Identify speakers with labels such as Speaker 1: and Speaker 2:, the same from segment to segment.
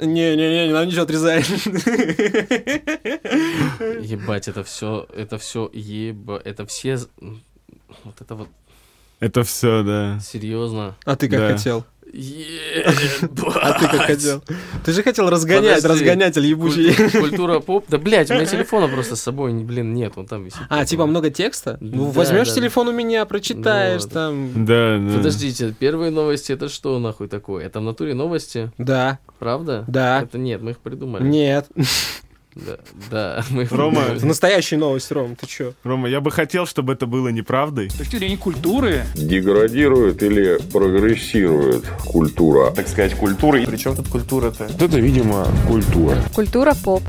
Speaker 1: Не-не-не, не надо ничего отрезать.
Speaker 2: Ебать, это все, это все, еба, это все, вот это вот
Speaker 3: Это все, да.
Speaker 2: серьезно.
Speaker 1: А ты как
Speaker 3: Да.
Speaker 1: хотел? А
Speaker 2: А
Speaker 1: ты как хотел? Ты же хотел разгонять,
Speaker 2: Подожди.
Speaker 1: разгонятель ебучий.
Speaker 2: Культура, культура поп. Да, блядь, у меня телефона просто с собой, не- блин, нет, он там висит.
Speaker 1: А, типа много текста? Ну,
Speaker 2: Да,
Speaker 1: возьмешь
Speaker 2: да.
Speaker 1: телефон у меня, прочитаешь
Speaker 2: Вот.
Speaker 1: там.
Speaker 3: Да, да.
Speaker 2: Подождите, первые новости, это что нахуй такое? Это в натуре новости,
Speaker 1: Да,
Speaker 2: правда?
Speaker 1: да.
Speaker 2: Это нет, мы их придумали.
Speaker 1: Нет.
Speaker 2: Да, да, мы их
Speaker 3: Рома,
Speaker 2: придумали.
Speaker 1: Это настоящая новость, Ром, ты чё?
Speaker 3: Рома, я бы хотел, чтобы это было неправдой.
Speaker 4: С точки зрения культуры,
Speaker 5: деградирует или прогрессирует культура.
Speaker 6: так сказать, культуры. Причем тут культура-то? Это, видимо, культура.
Speaker 7: Культура поп.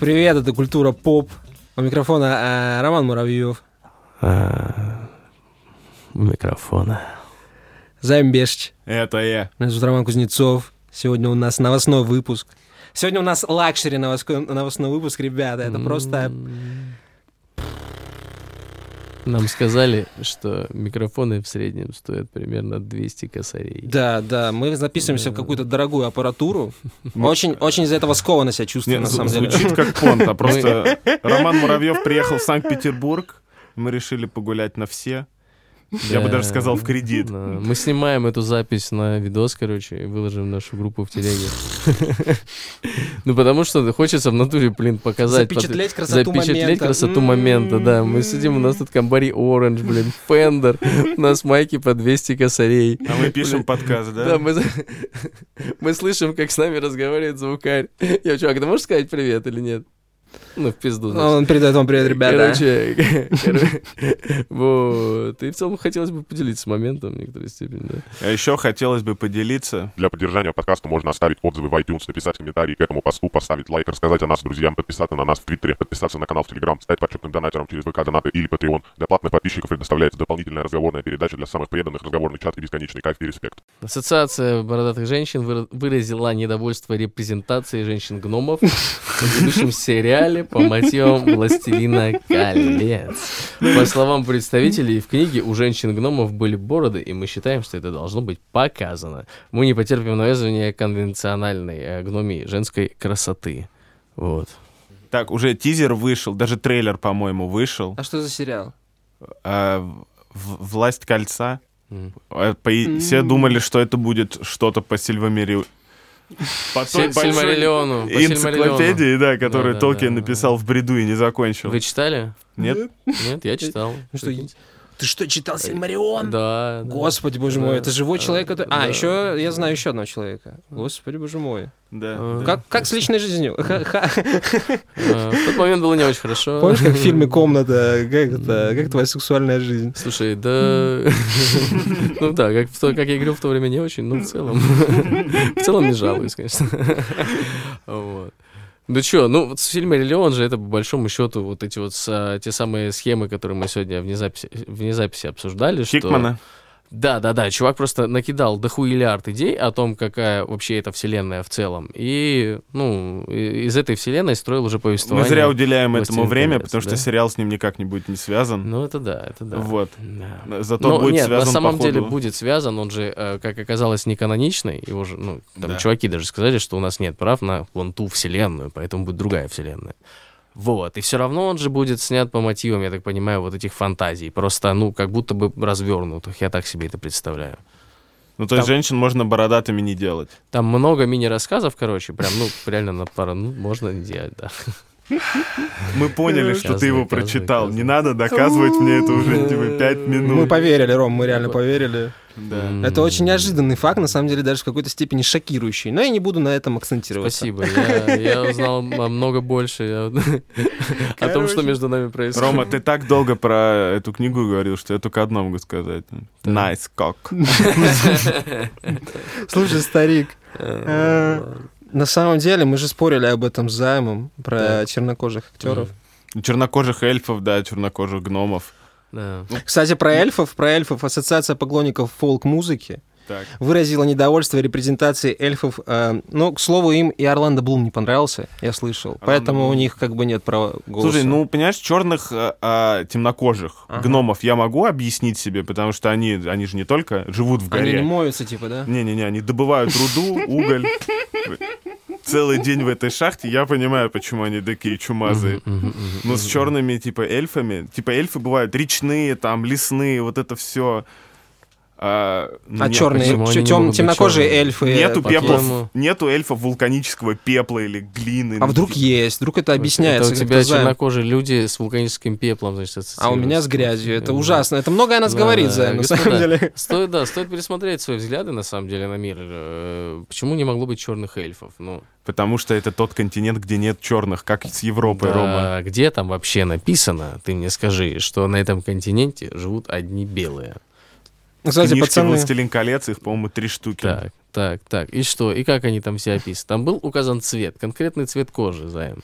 Speaker 1: Привет, это Культура Поп. У микрофона а, Роман Муравьев.
Speaker 2: А, Микрофона.
Speaker 1: Займ Бешч.
Speaker 3: Это я.
Speaker 1: Меня зовут Роман Кузнецов. Сегодня у нас новостной выпуск. Сегодня у нас лакшери новостной, новостной выпуск, ребята. Это просто...
Speaker 2: М. Нам сказали, что микрофоны в среднем стоят примерно 200 косарей.
Speaker 1: Да, да, мы записываемся в какую-то дорогую аппаратуру. Очень, очень из-за этого скованно себя чувствую,
Speaker 3: Нет,
Speaker 1: на
Speaker 3: зв-
Speaker 1: самом деле.
Speaker 3: звучит как понта. Просто Роман Муравьев приехал в Санкт-Петербург. Мы решили погулять на все. Я бы
Speaker 2: Да.
Speaker 3: даже сказал в кредит.
Speaker 2: Да, Мы снимаем эту запись на видос, короче, и выложим в нашу группу в телеге. Ну, потому что хочется в натуре, блин, показать. под-
Speaker 1: Запечатлеть красоту
Speaker 2: Запечатлеть
Speaker 1: момента. М-м-м.
Speaker 2: красоту момента, да. Мы сидим, у нас тут комбари оранж, блин, фендер. У нас майки по 200 косарей.
Speaker 3: А мы пишем
Speaker 2: Блин.
Speaker 3: подкаст, да?
Speaker 2: Да, мы, за- мы слышим, как с нами разговаривает звукарь. Я, чувак, ты можешь сказать привет или нет? Ну, в пизду, значит.
Speaker 1: Он передает вам привет, ребята.
Speaker 2: Короче, короче, вот. И в целом хотелось бы поделиться моментом в некоторой степени, да.
Speaker 3: А еще хотелось бы поделиться.
Speaker 8: Для поддержания подкаста можно оставить отзывы в iTunes, написать комментарий к этому посту, поставить лайк, рассказать о нас друзьям, подписаться на нас в Твиттере, подписаться на канал в Телеграм, стать почетным донатером через ВК Донаты или Patreon. Для платных подписчиков предоставляется дополнительная разговорная передача для самых преданных, разговорный чат и бесконечный кайф и респект.
Speaker 2: Ассоциация бородатых женщин выра- выразила недовольство репрезентацией женщин-гномов в ведущем сериале по мотивам «Властелина колец». По словам представителей, в книге у женщин-гномов были бороды, и мы считаем, что это должно быть показано. Мы не потерпим навязывания конвенциональной э, гномии женской красоты. Вот.
Speaker 3: Так, уже тизер вышел, даже трейлер, по-моему, вышел.
Speaker 1: А что за сериал?
Speaker 3: А, в- в- Власть кольца.
Speaker 2: М.
Speaker 3: А, по- и Все думали, что это будет что-то по Сильвамири. По той
Speaker 2: Силь-
Speaker 3: большой
Speaker 2: Сильмариллиону, по Сильмариллиону.
Speaker 3: Энциклопедии, да, которую
Speaker 2: Да, да,
Speaker 3: Толкин
Speaker 2: да, да,
Speaker 3: написал в бреду и не закончил.
Speaker 2: Вы читали?
Speaker 3: Нет?
Speaker 2: Нет, я читал.
Speaker 1: Ну что, Ты что, читал Сильмарион?
Speaker 2: Да. да.
Speaker 1: Господи, боже
Speaker 2: Да.
Speaker 1: мой, это живой
Speaker 2: Да.
Speaker 1: человек, который... А,
Speaker 2: Да.
Speaker 1: еще я знаю еще одного человека. Господи, боже мой.
Speaker 3: Да.
Speaker 2: А,
Speaker 1: Как, как с личной жизнью? Ха-ха.
Speaker 2: а, В тот момент было не очень хорошо.
Speaker 1: Помнишь, как в фильме «Комната», как, это, как твоя сексуальная жизнь?
Speaker 2: Слушай, да... Ну да, как, в то- как я говорил, в то время не очень, но в целом... В целом не жалуюсь, конечно. Вот. Ну чё, ну вот с фильма «Релион» же это по большому счету вот эти вот а, те самые схемы, которые мы сегодня вне записи, вне записи обсуждали. что-
Speaker 3: Хикмана.
Speaker 2: Да, да, да. Чувак просто накидал дохуиллиард идей о том, какая вообще эта вселенная в целом. И, ну, и- из этой вселенной строил уже
Speaker 3: Мы
Speaker 2: повествование.
Speaker 3: зря уделяем этому
Speaker 2: «Властелин
Speaker 3: время,
Speaker 2: колец»,
Speaker 3: потому что
Speaker 2: да.
Speaker 3: сериал с ним никак не будет не связан.
Speaker 2: Ну, это да, это да.
Speaker 3: Вот.
Speaker 2: Да.
Speaker 3: Зато
Speaker 2: Ну,
Speaker 3: будет
Speaker 2: нет,
Speaker 3: связан,
Speaker 2: на самом деле
Speaker 3: походу.
Speaker 2: будет связан, он же, э, как оказалось, не каноничный, его же, ну, там
Speaker 3: Да.
Speaker 2: чуваки даже сказали, что у нас нет прав на вон ту вселенную, поэтому будет другая вселенная. Вот, и все равно он же будет снят по мотивам, я так понимаю, вот этих фантазий, просто, ну, как будто бы развернутых, я так себе это представляю.
Speaker 3: Ну, то есть женщин можно бородатыми не делать.
Speaker 2: Там много мини-рассказов, короче, прям, ну, реально на пару, ну, можно не делать, да.
Speaker 3: Мы поняли, что
Speaker 2: Доказывай,
Speaker 3: ты его
Speaker 2: доказывай,
Speaker 3: прочитал.
Speaker 2: доказывай.
Speaker 3: Не надо доказывать мне это уже типа, пять
Speaker 1: Мы
Speaker 3: минут.
Speaker 1: поверили, Ром, мы реально поверили.
Speaker 3: Да.
Speaker 2: М,
Speaker 1: Ну, Это очень неожиданный факт, на самом деле даже в какой-то степени шокирующий. Но я не буду на этом акцентироваться.
Speaker 2: Спасибо, я, я узнал намного больше я- о том, что
Speaker 1: Короче.
Speaker 2: между нами происходит.
Speaker 3: Рома, ты так долго про эту книгу говорил, что я только одно могу сказать. Nice cock.
Speaker 1: Слушай, старик, э, на самом деле мы же спорили об этом с займом, про
Speaker 2: Так.
Speaker 1: чернокожих актеров.
Speaker 3: Чернокожих эльфов, да, чернокожих гномов.
Speaker 2: Да.
Speaker 1: Ну. Кстати, про эльфов, про эльфов Ассоциация поклонников фолк-музыки
Speaker 3: Так.
Speaker 1: выразила недовольство репрезентацией эльфов. э, но, к слову, им и Орландо Блум не понравился, я слышал. Поэтому у
Speaker 3: Блум.
Speaker 1: них как бы нет права голоса.
Speaker 3: Слушай, ну, понимаешь, черных темнокожих
Speaker 1: Ага.
Speaker 3: гномов я могу объяснить себе, потому что они, они же не только живут в
Speaker 1: Они не
Speaker 3: горе.
Speaker 1: моются, типа, да?
Speaker 3: Не-не-не, они добывают руду, уголь. Целый день в этой шахте. Я понимаю, почему они такие чумазые. Но с черными, типа, эльфами. Типа, эльфы бывают речные, там, лесные, вот это все. А,
Speaker 1: А
Speaker 3: нет,
Speaker 1: черные,
Speaker 2: почему
Speaker 1: чё-
Speaker 2: они не
Speaker 1: тём-
Speaker 2: могут быть
Speaker 1: темнокожие
Speaker 2: чёрными?
Speaker 1: эльфы. э,
Speaker 3: Нету
Speaker 1: такие.
Speaker 2: пепла.
Speaker 3: пеплов, нету эльфов вулканического пепла или глины. Ну,
Speaker 1: А вдруг есть, вдруг это объясняется.
Speaker 2: Это у
Speaker 1: как-то
Speaker 2: тебя
Speaker 1: займ.
Speaker 2: чернокожие люди с вулканическим пеплом, значит,
Speaker 1: А у
Speaker 2: ассоциируются.
Speaker 1: меня с грязью. Это
Speaker 2: Да.
Speaker 1: ужасно. Это многое о нас
Speaker 2: Да,
Speaker 1: говорит,
Speaker 2: да,
Speaker 1: Займ, на
Speaker 2: господа,
Speaker 1: самом деле.
Speaker 2: Стоит, да, стоит пересмотреть свои взгляды, на самом деле, на мир. Э, Почему не могло быть черных эльфов? Ну,
Speaker 3: Потому что это тот континент, где нет черных, как с Европой,
Speaker 2: да,
Speaker 3: Рома.
Speaker 2: где там вообще написано, ты мне скажи, что на этом континенте живут одни белые?
Speaker 1: Ну, Кстати,
Speaker 3: Книжки
Speaker 1: пацаны...
Speaker 3: «Властелин колец», их, по-моему, три штуки.
Speaker 2: Так, так, так. И что? И как они там все описаны? Там был указан цвет, конкретный цвет кожи, Займ.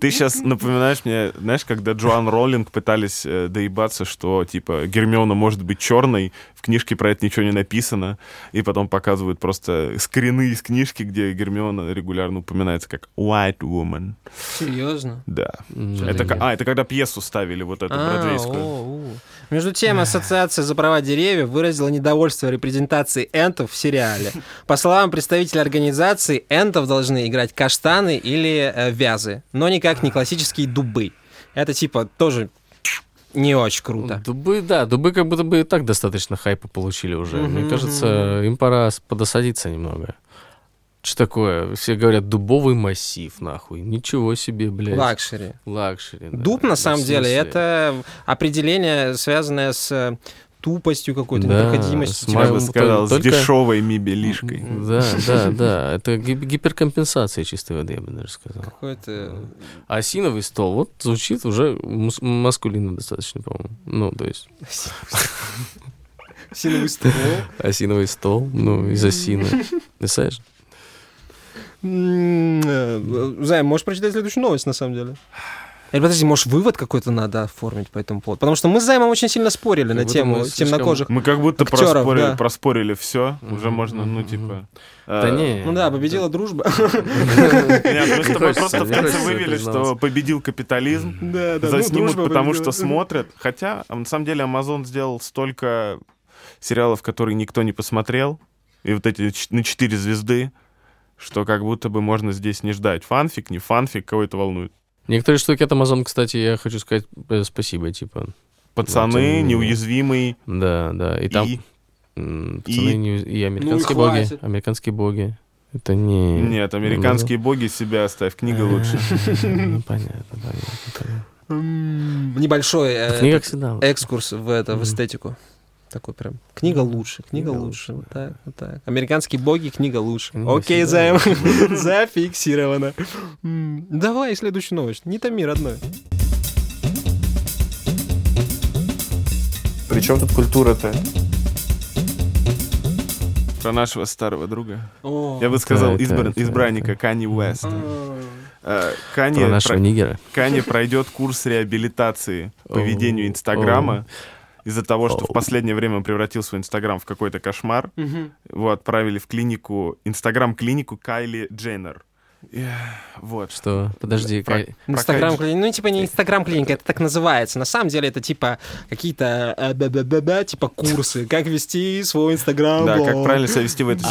Speaker 3: Ты сейчас напоминаешь мне, знаешь, когда Джоан Роллинг пытались э, доебаться, что, типа, Гермиона может быть черной, в книжке про это ничего не написано, и потом показывают просто скрины из книжки, где Гермиона регулярно упоминается как «white woman».
Speaker 1: Серьезно?
Speaker 3: Да.
Speaker 2: М,
Speaker 3: Это,
Speaker 2: нет.
Speaker 3: ка- а, это когда пьесу ставили, вот эту,
Speaker 1: А,
Speaker 3: бродвейскую.
Speaker 1: о, у. Между тем, Ассоциация за права деревьев выразила недовольство репрезентации энтов в сериале. По словам представителя организации, энтов должны играть каштаны или э, вязы, но никак не классические дубы. Это типа тоже не очень круто.
Speaker 2: Дубы, да, дубы как будто бы и так достаточно хайпа получили уже. Мне кажется, им пора с- подосадиться немного. Что такое? Все говорят, дубовый массив, нахуй. Ничего себе, блядь.
Speaker 1: Лакшери.
Speaker 2: Лакшери. да.
Speaker 1: Дуб,
Speaker 2: Да,
Speaker 1: на
Speaker 2: в
Speaker 1: самом деле,
Speaker 2: смысле?
Speaker 1: это определение, связанное с э, тупостью какой-то,
Speaker 2: Да,
Speaker 1: непроходимостью.
Speaker 2: с
Speaker 3: Я бы
Speaker 2: Маю-
Speaker 3: сказал, с
Speaker 2: только-
Speaker 3: дешевой мебелишкой.
Speaker 2: Да, да, да. Это ги- гиперкомпенсация чистой воды, я бы даже сказал. А
Speaker 1: Какой-то...
Speaker 2: Осиновый стол, вот звучит уже мус- маскулинно достаточно, по-моему. Ну, то есть,
Speaker 1: Синовый ствол.
Speaker 2: осиновый стол, ну, из осины. Представляешь?
Speaker 1: М, э, Займ, можешь прочитать следующую новость, на самом деле? Или, подожди, может, вывод какой-то надо оформить по этому поводу? Потому что мы с Займом очень сильно спорили на
Speaker 2: Вы
Speaker 1: тему
Speaker 2: думаете, слишком-
Speaker 1: темнокожих.
Speaker 3: Мы как будто
Speaker 1: Актёров,
Speaker 3: проспорили,
Speaker 1: да.
Speaker 3: все. Уже можно, ну, типа...
Speaker 2: Да
Speaker 3: э,
Speaker 2: не.
Speaker 1: Ну да, победила дружба.
Speaker 3: Нет, мы с
Speaker 2: Не
Speaker 3: тобой
Speaker 2: хочется,
Speaker 3: просто в
Speaker 2: не
Speaker 3: конце
Speaker 2: хочется
Speaker 3: вывели,
Speaker 2: признаваться.
Speaker 3: что победил капитализм.
Speaker 1: Да, да. ну,
Speaker 3: Заснимут,
Speaker 1: дружба
Speaker 3: потому
Speaker 1: победила.
Speaker 3: что смотрят. Хотя, а на самом деле, Amazon сделал столько сериалов, которые никто не посмотрел. И вот эти ч- на четыре звезды, что как будто бы можно здесь не ждать. Фанфик, не фанфик, кого это волнует.
Speaker 2: Некоторые штуки от Amazon, кстати, я хочу сказать э, спасибо, типа. Ну, тем не
Speaker 3: Пацаны,
Speaker 2: менее.
Speaker 3: неуязвимый.
Speaker 2: Да, да. И
Speaker 3: И,
Speaker 2: там м, пацаны
Speaker 3: и-
Speaker 2: не- и американские боги.
Speaker 1: Ну хватит.
Speaker 2: Американские боги. Это не...
Speaker 3: Нет, американские боги себя оставь,
Speaker 2: Э.
Speaker 3: книга лучше.
Speaker 2: Ну, Понятно, понятно, понятно.
Speaker 1: М, Небольшой э,
Speaker 2: Книга всегда лучше.
Speaker 1: экскурс в это, в эстетику. Такой прям. Книга лучше, книга лучше. Вот так, вот так. Американские боги, книга лучше.
Speaker 2: Книга
Speaker 1: Окей,
Speaker 2: всегда
Speaker 1: Займ. Зафиксировано. М, Давай следующую новость. Не томи, родной.
Speaker 6: При чем тут культура-то?
Speaker 3: Про нашего старого друга.
Speaker 1: О.
Speaker 3: Я бы сказал,
Speaker 2: это-
Speaker 3: избран-
Speaker 2: это-
Speaker 3: избранника Э, Кани Уэст. Кани,
Speaker 2: Про нашего нигера.
Speaker 3: Кани пройдет курс реабилитации поведению
Speaker 2: Оу,
Speaker 3: Инстаграма из-за того, что
Speaker 2: Оу.
Speaker 3: в последнее время он превратил свой Инстаграм в какой-то кошмар.
Speaker 1: Мгм.
Speaker 3: Его отправили в клинику, Инстаграм-клинику Кайли Дженнер. Э, Вот.
Speaker 2: Что? Подожди,
Speaker 3: Про-
Speaker 2: Кай-
Speaker 1: Инстаграм
Speaker 3: Прокатишь.
Speaker 1: клиника. Ну, типа не Инстаграм клиника, это так называется. На самом деле это типа какие-то э, бе-бе-бе-бе, типа курсы, как вести свой Инстаграм.
Speaker 3: Да, как
Speaker 1: блог.
Speaker 3: правильно себя вести в этой
Speaker 2: А,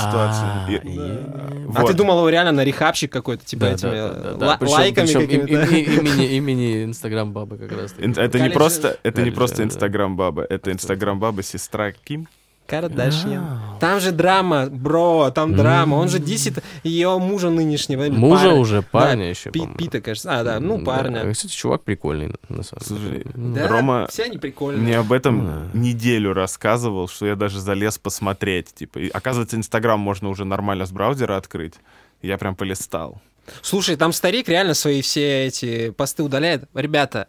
Speaker 3: ситуации. И-
Speaker 2: е-
Speaker 1: А
Speaker 3: Вот.
Speaker 1: ты думал, его реально на рехабщик какой-то, типа
Speaker 2: Да,
Speaker 1: этими
Speaker 2: да, да, да,
Speaker 1: э,
Speaker 2: да.
Speaker 1: ла-
Speaker 2: Причем-
Speaker 1: лайками
Speaker 2: причем им-
Speaker 1: какими-то.
Speaker 2: им- им- имени- Имени Инстаграм бабы как раз.
Speaker 3: Ин- Это не
Speaker 1: Кайли
Speaker 3: просто, это не
Speaker 2: Кайли
Speaker 3: просто
Speaker 2: Дженнер, да.
Speaker 3: Инстаграм баба, это Инстаграм баба сестра Ким.
Speaker 1: Кардашьян.
Speaker 2: А.
Speaker 1: Там же драма, бро, там драма. Он же дисит ее мужа нынешнего. или
Speaker 2: Мужа
Speaker 1: парня.
Speaker 2: уже, парня
Speaker 1: Да,
Speaker 2: еще,
Speaker 1: Пи-
Speaker 2: по-моему.
Speaker 1: Пита, кажется. А, да, ну,
Speaker 2: Да.
Speaker 1: парня.
Speaker 2: Кстати, чувак прикольный, на самом деле.
Speaker 3: Слушай,
Speaker 2: Ну,
Speaker 1: Да,
Speaker 3: Рома-
Speaker 1: все они прикольные.
Speaker 3: Мне об этом
Speaker 2: Да.
Speaker 3: неделю рассказывал, что я даже залез посмотреть. Типа, и, оказывается, Инстаграм можно уже нормально с браузера открыть. Я прям полистал.
Speaker 1: Слушай, там старик реально свои все эти посты удаляет. Ребята,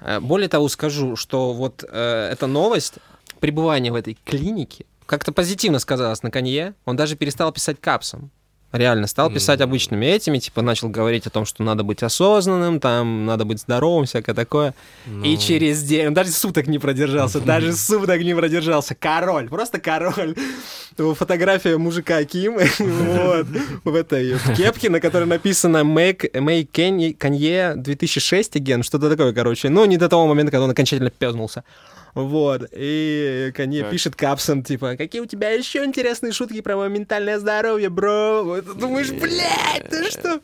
Speaker 1: э, более того скажу, что вот э, эта новость, пребывание в этой клинике, как-то позитивно сказалось на Конье. Он даже перестал писать капсом. Реально, стал писать обычными этими, типа начал говорить о том, что надо быть осознанным, там надо быть здоровым, всякое такое.
Speaker 2: ну,
Speaker 1: И через день, он даже суток не продержался, даже суток не продержался. Король, просто король. Его Фотография мужика Ким, вот, в этой в кепке, на которой написано «Make, make Kanye, Kanye 2006 again», что-то такое, короче. Ну, не до того момента, когда он окончательно пёзнулся. Вот, и Канье пишет капсом, типа, какие у тебя еще интересные шутки про мое ментальное здоровье, бро? Вот ты думаешь, блядь, ты что?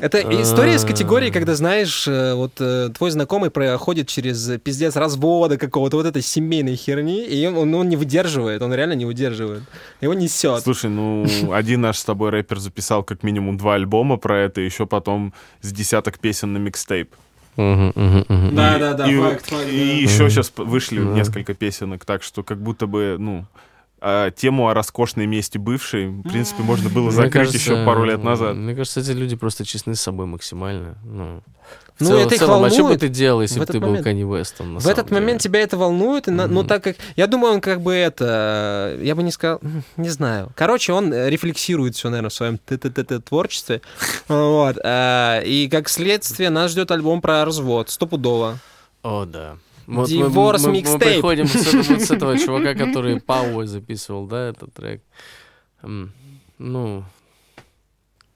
Speaker 1: Это история из категории, когда, знаешь, э, вот э, твой знакомый проходит через э, пиздец развода какого-то вот этой семейной херни, и он, он- он не выдерживает, он реально не выдерживает. Его несет.
Speaker 3: Слушай, ну, один наш с тобой рэпер записал как минимум два альбома про это, еще потом с десяток песен на микстейп.
Speaker 2: Мгм, мгм, мгм.
Speaker 3: и, и еще сейчас вышли несколько песенок, так что как будто бы, ну, а, тему о роскошной мести бывшей, в принципе, можно было
Speaker 2: Мне
Speaker 3: закрыть
Speaker 2: кажется,
Speaker 3: еще пару лет назад.
Speaker 2: Мне кажется, эти люди просто честны с собой максимально. Ну, в
Speaker 1: Ну,
Speaker 2: целом-
Speaker 1: это
Speaker 2: в
Speaker 1: их
Speaker 2: целом, а что бы
Speaker 1: волнует
Speaker 2: ты делал,
Speaker 1: в
Speaker 2: если бы
Speaker 1: этот
Speaker 2: ты был
Speaker 1: момент.
Speaker 2: Канни Уэстом? на
Speaker 1: В
Speaker 2: самом
Speaker 1: этот
Speaker 2: деле?
Speaker 1: момент типа, тебя это волнует, и на- но так как... Я думаю, он как бы это... э, Я бы не сказал... м, Не знаю. Короче, он э, рефлексирует все, наверное, в своем т-т-т-т творчестве. Вот. а, И как следствие нас ждет альбом про развод. Стопудово.
Speaker 2: О, да. Вот мы-
Speaker 1: Divorce
Speaker 2: мы, мы,
Speaker 1: mixtape.
Speaker 2: приходим с, этого- вот с этого чувака, который Пауэ записывал, да, этот трек. М, Ну,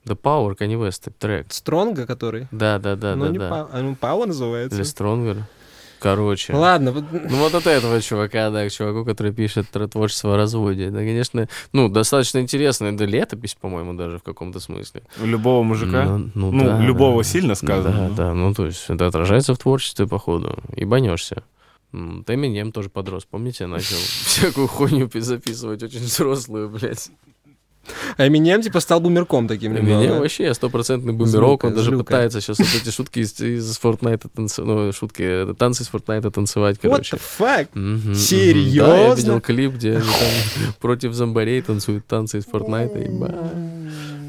Speaker 2: The Power, Kanye West трек.
Speaker 1: Стронга, который...
Speaker 2: Да, да, да,
Speaker 1: ну,
Speaker 2: да,
Speaker 1: не
Speaker 2: да.
Speaker 1: Па- а, ну, Пао
Speaker 2: Или
Speaker 1: называется.
Speaker 2: Stronger. Короче.
Speaker 1: Ладно. вот-
Speaker 2: Ну вот от этого чувака, да, к чуваку, который пишет про творчество о разводе. Да, конечно, ну, достаточно интересно. Это летопись, по-моему, даже в каком-то смысле.
Speaker 3: У любого мужика,
Speaker 2: Ну,
Speaker 3: ну,
Speaker 2: ну да,
Speaker 3: любого
Speaker 2: да.
Speaker 3: сильно сказано.
Speaker 2: Да, да, ну то есть это отражается в творчестве, походу. И банешься. Эминем тоже подрос, помните, начал всякую хуйню пи- записывать, очень взрослую, блядь.
Speaker 1: А Эминем, типа, стал бумерком таким. немного.
Speaker 2: Эминем вообще стопроцентный бумерок,
Speaker 1: Злюка,
Speaker 2: он даже
Speaker 3: а?
Speaker 1: злюка.
Speaker 2: пытается сейчас вот эти шутки из, из Фортнайта танцевать, ну, шутки, э, танцы из Фортнайта танцевать,
Speaker 1: What
Speaker 2: короче.
Speaker 1: the fuck?
Speaker 2: Мгм, мгм.
Speaker 1: Серьёзно?
Speaker 2: Да, я видел клип, где они там против зомбарей танцуют танцы из Фортнайта, ебать.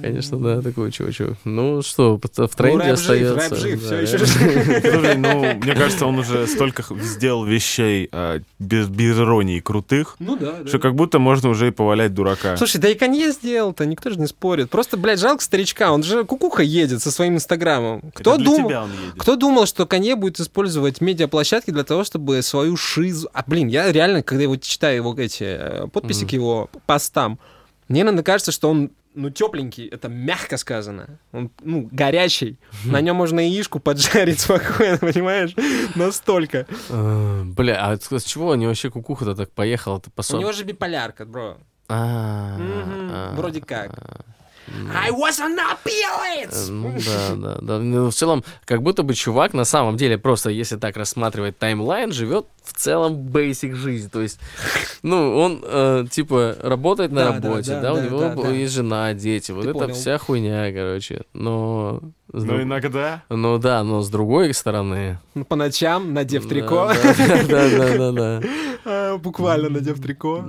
Speaker 2: Конечно, да, такой чувачок. Ну что, в
Speaker 1: Ну,
Speaker 2: тренде
Speaker 1: рэп жив,
Speaker 2: остается.
Speaker 1: рэп жив,
Speaker 2: Да,
Speaker 1: всё
Speaker 2: рэп
Speaker 1: ещё
Speaker 2: жив.
Speaker 3: Слушай, ну, мне кажется, он уже столько х- сделал вещей а, без, без иронии крутых,
Speaker 1: Ну да,
Speaker 3: что как будто можно уже и повалять дурака.
Speaker 1: Слушай, да и Канье сделал-то, никто же не спорит. Просто, блядь, жалко старичка, он же кукуха едет со своим инстаграмом.
Speaker 3: Это
Speaker 1: Кто
Speaker 3: для
Speaker 1: думал?
Speaker 3: тебя он едет.
Speaker 1: Кто думал, что Канье будет использовать медиаплощадки для того, чтобы свою шизу... А, блин, я реально, когда его читаю его эти э, подписи к его постам, мне иногда кажется, что он, ну, тепленький, это мягко сказано. Он, ну, горячий. На нем можно яишку поджарить спокойно, понимаешь? Настолько.
Speaker 2: А, Бля, а с с чего они вообще кукуха-то так поехала-то по
Speaker 1: У
Speaker 2: сорок-
Speaker 1: него же биполярка, бро.
Speaker 2: А,
Speaker 1: Мгм,
Speaker 2: а,
Speaker 1: вроде как.
Speaker 2: а,
Speaker 1: I was on
Speaker 2: э,
Speaker 1: opioids!
Speaker 2: Ну да, да, да. Ну, в целом, как будто бы чувак на самом деле просто, если так рассматривать таймлайн, живет в целом бейсик жизнь. То есть, ну, он э, типа работает на
Speaker 1: Да, да,
Speaker 2: работе, да,
Speaker 1: да,
Speaker 2: у
Speaker 1: да,
Speaker 2: него
Speaker 1: да,
Speaker 2: б-
Speaker 1: да.
Speaker 2: есть жена, дети, вот
Speaker 1: Ты
Speaker 2: это
Speaker 1: понял.
Speaker 2: вся хуйня, короче. Но, с
Speaker 3: Ну,
Speaker 2: друг-
Speaker 3: иногда.
Speaker 2: ну да, но с другой стороны.
Speaker 1: Ну, По ночам, надев
Speaker 2: да,
Speaker 1: трико.
Speaker 2: Да, да, да, да, да.
Speaker 1: А, Буквально надев трико.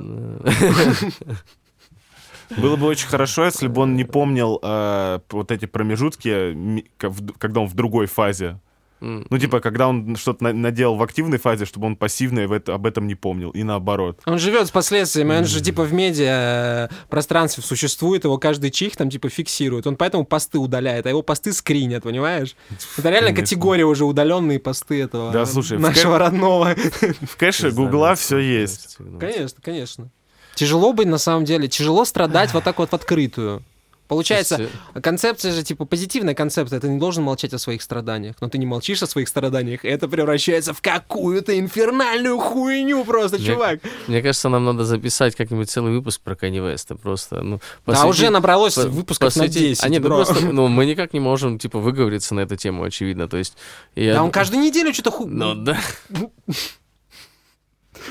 Speaker 3: Было бы очень хорошо, если бы он не помнил а, вот эти промежутки, ми- ка- в- когда он в другой фазе.
Speaker 2: М.
Speaker 3: Ну, типа, когда он что-то на- наделал в активной фазе, чтобы он пассивно и в это- об этом не помнил. И наоборот.
Speaker 1: Он живет с последствиями, он же типа в медиа э, пространстве существует, его каждый чих там типа фиксирует. Он поэтому посты удаляет, а его посты скринят, понимаешь? Это реально
Speaker 3: Конечно.
Speaker 1: категория уже удаленные посты этого
Speaker 3: Да,
Speaker 1: э,
Speaker 3: слушай, в
Speaker 1: нашего родного.
Speaker 3: В кэше Гугла все есть.
Speaker 2: Ну,
Speaker 1: Конечно, конечно. Тяжело быть на самом деле, тяжело страдать вот так вот в открытую. Получается,
Speaker 2: Слушайте,
Speaker 1: Концепция же, типа, позитивная концепция. Ты не должен молчать о своих страданиях. Но ты не молчишь о своих страданиях. и Это превращается в какую-то инфернальную хуйню просто,
Speaker 2: Мне-
Speaker 1: чувак.
Speaker 2: Мне кажется, нам надо записать как-нибудь целый выпуск про Канни Веста. Просто, ну,
Speaker 1: Да уже набралось
Speaker 2: по-
Speaker 1: выпусков на
Speaker 2: посвятить-
Speaker 1: 10,
Speaker 2: А нет, ну,
Speaker 1: бро.
Speaker 2: просто, ну, мы никак не можем, типа, выговориться на эту тему, очевидно. То есть... я-
Speaker 1: Да он каждую неделю что-то ху...
Speaker 2: Ну, да.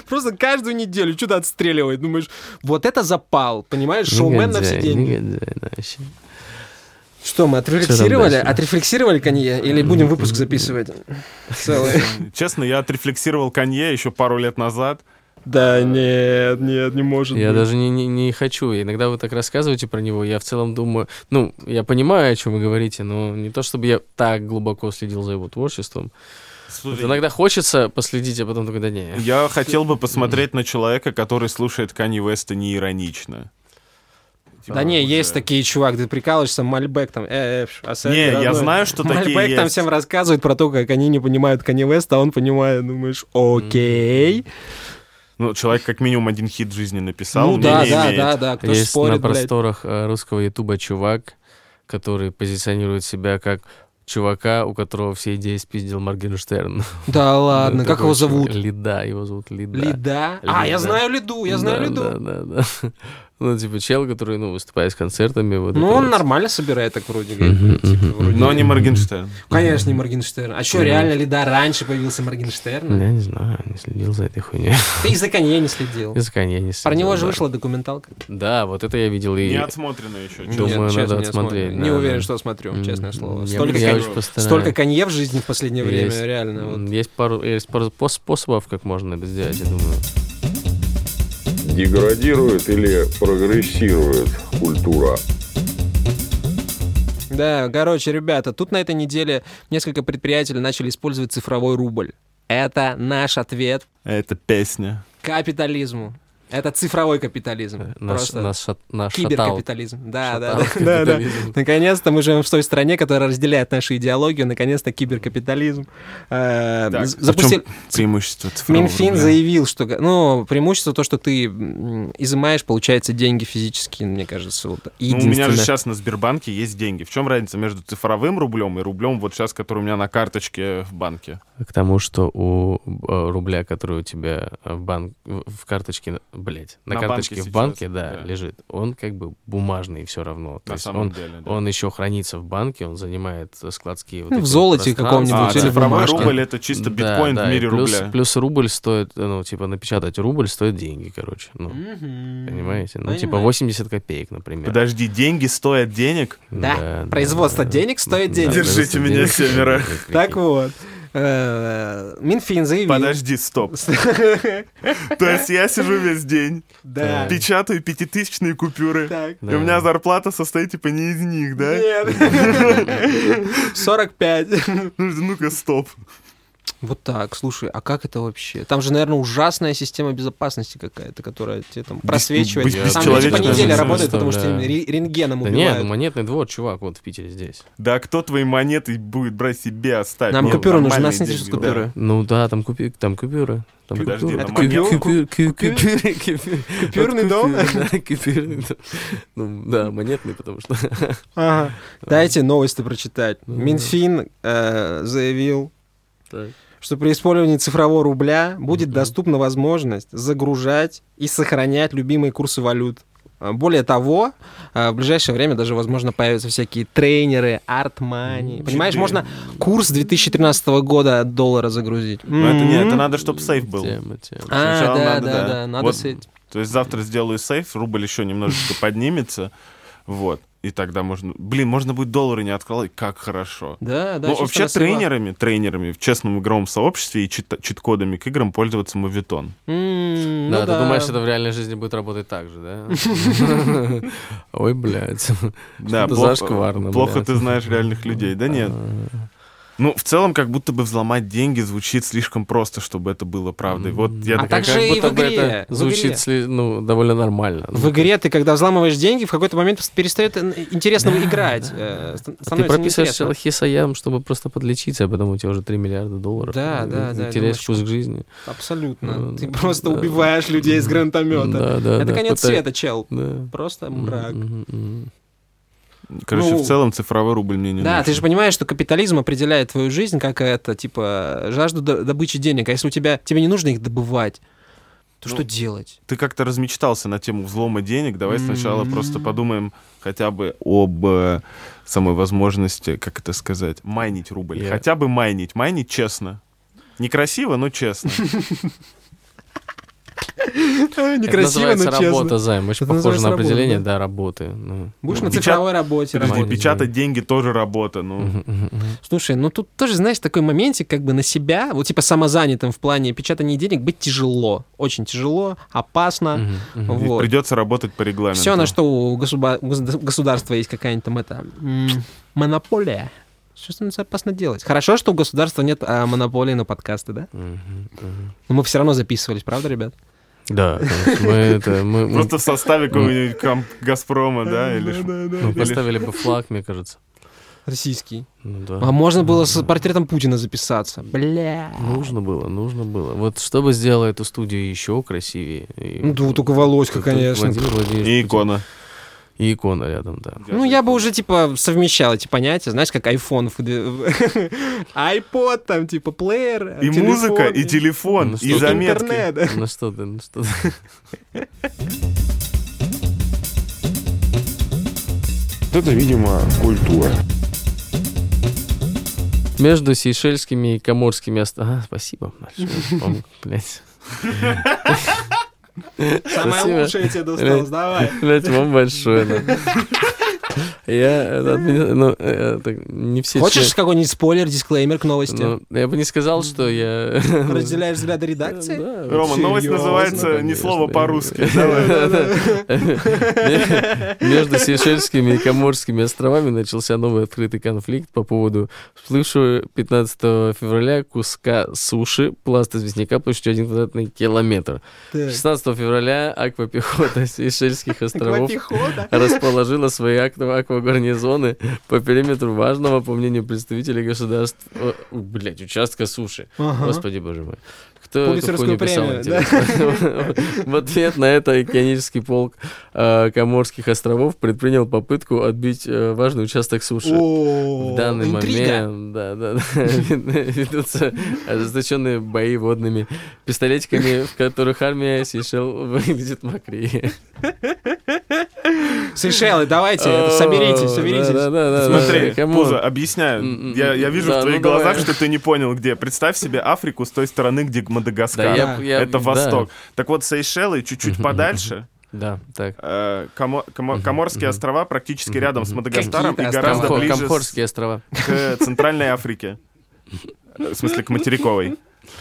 Speaker 1: Просто каждую неделю что-то отстреливает. Думаешь, вот это запал, понимаешь? Шоумен на все
Speaker 2: Негодяй,
Speaker 1: деньги.
Speaker 2: негодяй, да, вообще.
Speaker 1: Что, мы
Speaker 2: Всё там
Speaker 1: отрефлексировали?
Speaker 2: дальше.
Speaker 1: Отрефлексировали, Конье? Или будем выпуск записывать? Целый.
Speaker 3: Честно, я отрефлексировал Канье еще пару лет назад.
Speaker 1: Да нет, нет, не может
Speaker 2: Я
Speaker 1: быть.
Speaker 2: даже не, не, не хочу. Иногда вы так рассказываете про него. Я в целом думаю... Ну, я понимаю, о чем вы говорите, но не то, чтобы я так глубоко следил за его творчеством. Вот иногда хочется последить, а потом такой, да не.
Speaker 3: Я хотел бы посмотреть на человека, который слушает Канье Веста неиронично. типа,
Speaker 1: Да не,
Speaker 3: уже-
Speaker 1: есть такие, чувак, ты прикалываешься, Мальбек там, э, э, пш, а Сэнди
Speaker 3: Не, я
Speaker 1: родной.
Speaker 3: знаю, что такие
Speaker 1: Мальбек там
Speaker 3: есть.
Speaker 1: всем рассказывает про то, как они не понимают Канье Веста, а он понимает, думаешь, окей.
Speaker 3: Ну, человек как минимум один хит в жизни написал.
Speaker 1: ну да,
Speaker 3: мнение
Speaker 1: да,
Speaker 3: имеет.
Speaker 1: да, да, кто ж
Speaker 2: Есть
Speaker 1: спорит,
Speaker 2: на
Speaker 1: блядь.
Speaker 2: просторах э, русского ютуба чувак, который позиционирует себя как чувака, у которого все идеи спиздил Моргенштерн.
Speaker 1: Да ладно,
Speaker 2: Это
Speaker 1: как
Speaker 2: такой
Speaker 1: его
Speaker 2: чувак.
Speaker 1: зовут?
Speaker 2: Лида, его зовут Лида.
Speaker 1: Лида? А, я
Speaker 2: Лида.
Speaker 1: знаю Лиду, я знаю
Speaker 2: Да,
Speaker 1: Лиду.
Speaker 2: Да, да, да. Ну, типа, чел, который, ну, выступает с концертами. вот
Speaker 1: Ну,
Speaker 2: это
Speaker 1: он
Speaker 2: вот.
Speaker 1: нормально собирает, так вроде. говорит,
Speaker 2: Мгм,
Speaker 1: типа,
Speaker 2: мгм.
Speaker 1: вроде. Ну,
Speaker 3: Но не Моргенштерн.
Speaker 1: Конечно, не Моргенштерн. А что, реально Лида раньше появился Моргенштерн?
Speaker 2: Я не знаю, не следил за этой хуйней.
Speaker 1: Ты и за Канье не следил.
Speaker 2: Из коней не
Speaker 1: Про него же
Speaker 2: следил, да.
Speaker 1: вышла документалка.
Speaker 2: Да, вот это я видел и...
Speaker 3: Не отсмотрено еще.
Speaker 2: Думаю,
Speaker 1: Нет,
Speaker 2: надо
Speaker 1: честно, не
Speaker 2: отсмотреть,
Speaker 1: смотрю. Не
Speaker 2: да,
Speaker 1: уверен,
Speaker 2: да.
Speaker 1: что смотрю,
Speaker 2: М,
Speaker 1: честное слово.
Speaker 2: я-
Speaker 1: Столько,
Speaker 2: я
Speaker 1: кон-
Speaker 2: очень постараюсь.
Speaker 1: столько конье в жизни в последнее время,
Speaker 2: Есть.
Speaker 1: реально. вот.
Speaker 2: М, Есть пару, есть пару спос- способов, как можно это сделать, я думаю.
Speaker 5: Деградирует или прогрессирует культура?
Speaker 1: Да, короче, ребята, тут на этой неделе несколько предприятий начали использовать цифровой рубль. Это наш ответ
Speaker 3: Это песня.
Speaker 1: капитализму. Это цифровой капитализм.
Speaker 2: Наш,
Speaker 1: Просто
Speaker 2: наш, шат- наш шатал.
Speaker 1: киберкапитализм. Да, да,
Speaker 2: Шатал
Speaker 1: да, да, да.
Speaker 2: капитализм.
Speaker 1: Наконец-то мы живем в той стране, которая разделяет нашу идеологию. Наконец-то киберкапитализм. Э,
Speaker 3: Так,
Speaker 1: з-
Speaker 3: в чем
Speaker 1: запустили-
Speaker 3: преимущество цифрового
Speaker 1: Минфин
Speaker 3: рубля?
Speaker 1: заявил, что ну, преимущество то, что ты м, изымаешь, получается, деньги физически, мне кажется, вот
Speaker 3: Ну, у меня же
Speaker 1: единственное.
Speaker 3: сейчас на Сбербанке есть деньги. В чем разница между цифровым рублем и рублем, вот сейчас, который у меня на карточке в банке?
Speaker 2: К тому, что у э, рубля, который у тебя э, в банк, в в карточке, блять, на,
Speaker 3: На банке
Speaker 2: карточке в
Speaker 3: сейчас,
Speaker 2: банке, да,
Speaker 3: да.
Speaker 2: лежит, он как бы бумажный все равно. То
Speaker 3: на
Speaker 2: есть
Speaker 3: самом
Speaker 2: он,
Speaker 3: деле. да.
Speaker 2: он еще хранится в банке, он занимает э, складские вот
Speaker 1: Ну, в
Speaker 2: эти вот
Speaker 1: золоте каком-нибудь
Speaker 3: А,
Speaker 2: пространства.
Speaker 1: или
Speaker 3: цифровой
Speaker 1: бумажка.
Speaker 3: рубль это
Speaker 2: Да,
Speaker 3: чисто биткоин
Speaker 2: да,
Speaker 3: в
Speaker 2: и
Speaker 3: мире
Speaker 2: плюс,
Speaker 3: рубля.
Speaker 2: плюс рубль стоит, э, ну, типа, напечатать рубль стоит деньги, короче. Ну,
Speaker 1: Мгм.
Speaker 2: понимаете? Ну, типа,
Speaker 1: М-м-м. Понимаю.
Speaker 2: 80 копеек, например. Ну
Speaker 3: Подожди, деньги стоят денег?
Speaker 1: Да, производство
Speaker 2: да.
Speaker 1: денег стоит
Speaker 2: Да,
Speaker 1: денег.
Speaker 3: Держите
Speaker 2: производство
Speaker 3: меня,
Speaker 2: денег стоит
Speaker 3: семеро.
Speaker 2: денег, прикинь.
Speaker 1: Так вот. э, Минфин заявил.
Speaker 3: Подожди, стоп. То есть я сижу весь день,
Speaker 1: Да.
Speaker 3: печатаю пятитысячные купюры,
Speaker 1: Так.
Speaker 3: и у меня зарплата состоит типа не из них, да?
Speaker 1: Нет. 45.
Speaker 3: Ну, Ну-ка, стоп.
Speaker 1: Вот так, слушай, а как это вообще? Там же, наверное, ужасная система безопасности какая-то, которая тебе там просвечивает.
Speaker 3: без-
Speaker 1: Там люди по
Speaker 3: бесчеловечная
Speaker 1: неделе
Speaker 3: система,
Speaker 1: работают, потому что им
Speaker 2: да.
Speaker 1: ре- рентгеном
Speaker 2: Да нет, ну,
Speaker 1: убивают.
Speaker 2: монетный двор, чувак, вот в Питере здесь.
Speaker 3: Да кто твои монеты будет брать себе оставить?
Speaker 1: Нам
Speaker 3: ну, Нет,
Speaker 1: купюры нужны, нас
Speaker 3: нормальные
Speaker 1: не интересуют
Speaker 3: деньги, да.
Speaker 1: купюры.
Speaker 2: Ну да, там, купи, там купюры. Там
Speaker 3: Подожди,
Speaker 2: купюры.
Speaker 3: на
Speaker 2: Купю-
Speaker 3: монетку?
Speaker 2: купю- кю-
Speaker 1: Купюр-
Speaker 2: купюры, купюры.
Speaker 1: Купюрный
Speaker 2: Вот
Speaker 1: дом?
Speaker 2: купюры, да, Купюрный дом. Ну да, монетный, потому что...
Speaker 1: Ага. Дайте новости прочитать.
Speaker 3: Ну,
Speaker 1: Минфин э, заявил,
Speaker 2: Так.
Speaker 1: что при использовании цифрового рубля будет доступна возможность загружать и сохранять любимые курсы валют. А, Более того, а, в ближайшее время даже, возможно, появятся всякие трейнеры, арт-мани. Понимаешь,
Speaker 3: четыре.
Speaker 1: можно курс 2013 года доллара загрузить.
Speaker 3: Ну это не, это
Speaker 1: М.
Speaker 3: надо, чтобы сейф был.
Speaker 2: Тема, тема.
Speaker 1: А,
Speaker 3: Сначала
Speaker 1: да,
Speaker 3: надо,
Speaker 1: да,
Speaker 3: да.
Speaker 1: да, надо
Speaker 3: Вот.
Speaker 1: сеть.
Speaker 3: То есть завтра сделаю сейф, рубль еще немножечко поднимется, вот. И тогда можно... Блин, можно будет доллары не откладывать, как хорошо.
Speaker 1: Да, да.
Speaker 3: Ну,
Speaker 1: чисто
Speaker 3: вообще
Speaker 1: на сейвах.
Speaker 3: тренерами, тренерами в честном игровом сообществе и чит- чит-кодами к играм пользоваться мовитон.
Speaker 1: М, ну
Speaker 2: Да, ты
Speaker 1: да.
Speaker 2: думаешь, это в реальной жизни будет работать так же, да? Ой, блядь.
Speaker 3: Да,
Speaker 2: Что-то
Speaker 3: плохо,
Speaker 2: зашкварно,
Speaker 3: плохо
Speaker 2: блядь.
Speaker 3: ты знаешь реальных людей. Да нет. Ну, в целом, как будто бы взломать деньги звучит слишком просто, чтобы это было правдой. Вот я
Speaker 1: А
Speaker 3: такая,
Speaker 1: так же
Speaker 2: Как
Speaker 1: и
Speaker 2: будто
Speaker 1: в
Speaker 2: бы
Speaker 1: игре,
Speaker 2: это
Speaker 1: в игре.
Speaker 2: звучит сли- ну, довольно нормально. Ну,
Speaker 1: В игре ты, когда взламываешь деньги, в какой-то момент перестает ин- интересно играть. э,
Speaker 3: А
Speaker 1: ст-
Speaker 2: Ты
Speaker 1: Становится
Speaker 2: прописываешь
Speaker 1: неинтересно.
Speaker 2: сначала хисаям, чтобы просто подлечиться, а потом у тебя уже 3 миллиарда долларов.
Speaker 1: Да,
Speaker 2: И
Speaker 1: да, да, я думаю,
Speaker 2: Теряешь
Speaker 1: что-
Speaker 2: вкус к жизни.
Speaker 1: Абсолютно.
Speaker 2: Ну,
Speaker 1: Ты
Speaker 2: да,
Speaker 1: просто
Speaker 2: да.
Speaker 1: убиваешь людей из гранатомета.
Speaker 2: Да, да,
Speaker 1: Это
Speaker 2: да,
Speaker 1: конец
Speaker 2: пытай-
Speaker 1: света, чел.
Speaker 2: Да.
Speaker 1: Просто
Speaker 2: Мгм,
Speaker 1: мрак.
Speaker 2: мгм, мгм.
Speaker 3: короче,
Speaker 1: ну,
Speaker 3: в целом цифровой рубль мне не
Speaker 1: Да,
Speaker 3: нужен.
Speaker 1: ты же понимаешь, что капитализм определяет твою жизнь, как это, типа, жажду до- добычи денег. А если у тебя, тебе не нужно их добывать, то
Speaker 3: Ну,
Speaker 1: что делать?
Speaker 3: Ты как-то размечтался на тему взлома денег. Давай сначала
Speaker 1: М.
Speaker 3: просто подумаем хотя бы об э, самой возможности, как это сказать, майнить рубль.
Speaker 2: Я-
Speaker 3: Хотя бы майнить. Майнить честно. Некрасиво, но честно.
Speaker 2: Это называется работа, займ. Очень
Speaker 1: Это
Speaker 2: похоже
Speaker 1: называется
Speaker 2: на
Speaker 1: работа,
Speaker 2: определение,
Speaker 1: да.
Speaker 2: да, работы. ну.
Speaker 1: Будешь на
Speaker 3: Печат-
Speaker 1: цифровой работе
Speaker 3: Подожди,
Speaker 1: работать.
Speaker 3: печатать деньги тоже работа. Ну,
Speaker 2: Мгм, мгм, мгм.
Speaker 1: Слушай, ну тут тоже, знаешь, такой моментик как бы на себя, вот типа самозанятым в плане печатания денег быть тяжело. Очень тяжело, опасно.
Speaker 2: Мгм, мгм.
Speaker 1: А? Вот.
Speaker 3: придется работать по регламенту.
Speaker 1: Все, на что у госуба- у гос- государства есть какая-нибудь там это м, монополия. Что с этим опасно делать? Хорошо, что у государства нет а, монополии на подкасты, да?
Speaker 2: Мгм, мгм.
Speaker 1: Но мы все равно записывались, правда, ребят?
Speaker 2: Да, конечно, мы это... мы- мы-
Speaker 3: Просто в составе какого-нибудь комп- Газпрома, да? Или ж-
Speaker 2: Мы
Speaker 3: или-
Speaker 2: поставили бы флаг, мне кажется.
Speaker 1: Российский.
Speaker 2: Ну да.
Speaker 1: А можно было с портретом Путина записаться. Бля.
Speaker 2: Нужно было, нужно было. Вот что бы сделало эту студию еще красивее. И
Speaker 1: Ну, да,
Speaker 2: вот
Speaker 1: только Володька,
Speaker 2: как-то
Speaker 1: конечно.
Speaker 2: Владимир Владимирович
Speaker 3: И
Speaker 2: Путин.
Speaker 3: икона.
Speaker 2: И икона рядом, да.
Speaker 1: Ну, я бы уже, типа, совмещал эти понятия, знаешь, как iPhone, iPod, там, типа, плеер,
Speaker 3: И
Speaker 1: телефон,
Speaker 3: музыка, А и телефон,
Speaker 2: Ну,
Speaker 3: и
Speaker 2: что-то
Speaker 3: заметки.
Speaker 1: интернет.
Speaker 2: Ну что ты, ну что ты.
Speaker 6: Вот это, видимо, культура.
Speaker 2: Между сейшельскими и коморскими островами... А, спасибо. Дальше я помню, Блядь.
Speaker 1: Самое
Speaker 2: Спасибо.
Speaker 1: лучшее тебе досталось, давай.
Speaker 2: Блядь, вам большое. да. Я... э, от меня, ну, э, так, не все...
Speaker 1: Хочешь
Speaker 2: член-
Speaker 1: какой-нибудь спойлер, дисклеймер к новости?
Speaker 2: Ну, я бы не сказал, что я...
Speaker 1: Разделяешь взгляды редакции?
Speaker 2: Да,
Speaker 3: Рома, новость
Speaker 1: Серьезно,
Speaker 3: называется «Не
Speaker 2: конечно,
Speaker 3: слово
Speaker 2: я-
Speaker 3: по-русски».
Speaker 2: Между Сейшельскими и Коморскими островами начался новый открытый конфликт по поводу всплывшего 15 февраля куска суши пласта известняка площадью 1 квадратный километр.
Speaker 1: Так.
Speaker 2: 16 февраля аквапехота Сейшельских островов
Speaker 1: Аквапехота.
Speaker 2: расположила свои аква- аквагарнизоны по периметру важного, по мнению представителей государств, э, у, блядь, участка суши.
Speaker 1: Ага.
Speaker 2: Господи, боже мой. Кто эту
Speaker 1: Пулитцеровскую
Speaker 2: хуйню писал,
Speaker 1: премию,
Speaker 2: интересно? В ответ на это океанический полк э, Коморских островов предпринял попытку отбить э, важный участок суши.
Speaker 1: О,
Speaker 2: В данный
Speaker 1: интрига.
Speaker 2: момент да, да, да, вед- ведутся ожесточенные бои водными пистолетиками, в которых армия Сейшел выглядит мокрее.
Speaker 1: Сейшелы, давайте, это
Speaker 2: О,
Speaker 1: соберитесь, соберитесь.
Speaker 2: А, да, да, да, да,
Speaker 3: Смотри,
Speaker 2: да, камон.
Speaker 3: Пузо, объясняю.
Speaker 2: М-м-м.
Speaker 3: Я, я вижу
Speaker 2: Да,
Speaker 3: в твоих
Speaker 2: ну давай.
Speaker 3: глазах, что ты не понял, где. Представь себе Африку с той стороны, где Мадагаскар.
Speaker 2: Да, я- я-
Speaker 3: Это
Speaker 2: да.
Speaker 3: Восток. Так вот, Сейшелы чуть-чуть подальше.
Speaker 2: Да, так.
Speaker 3: э, Комо- Комо- Коморские острова практически рядом с Мадагаскаром и
Speaker 1: Какие-то
Speaker 3: гораздо
Speaker 2: Камхо-
Speaker 3: ближе с-
Speaker 2: Камхорские острова.
Speaker 3: к Центральной Африке. Э, В смысле, к материковой.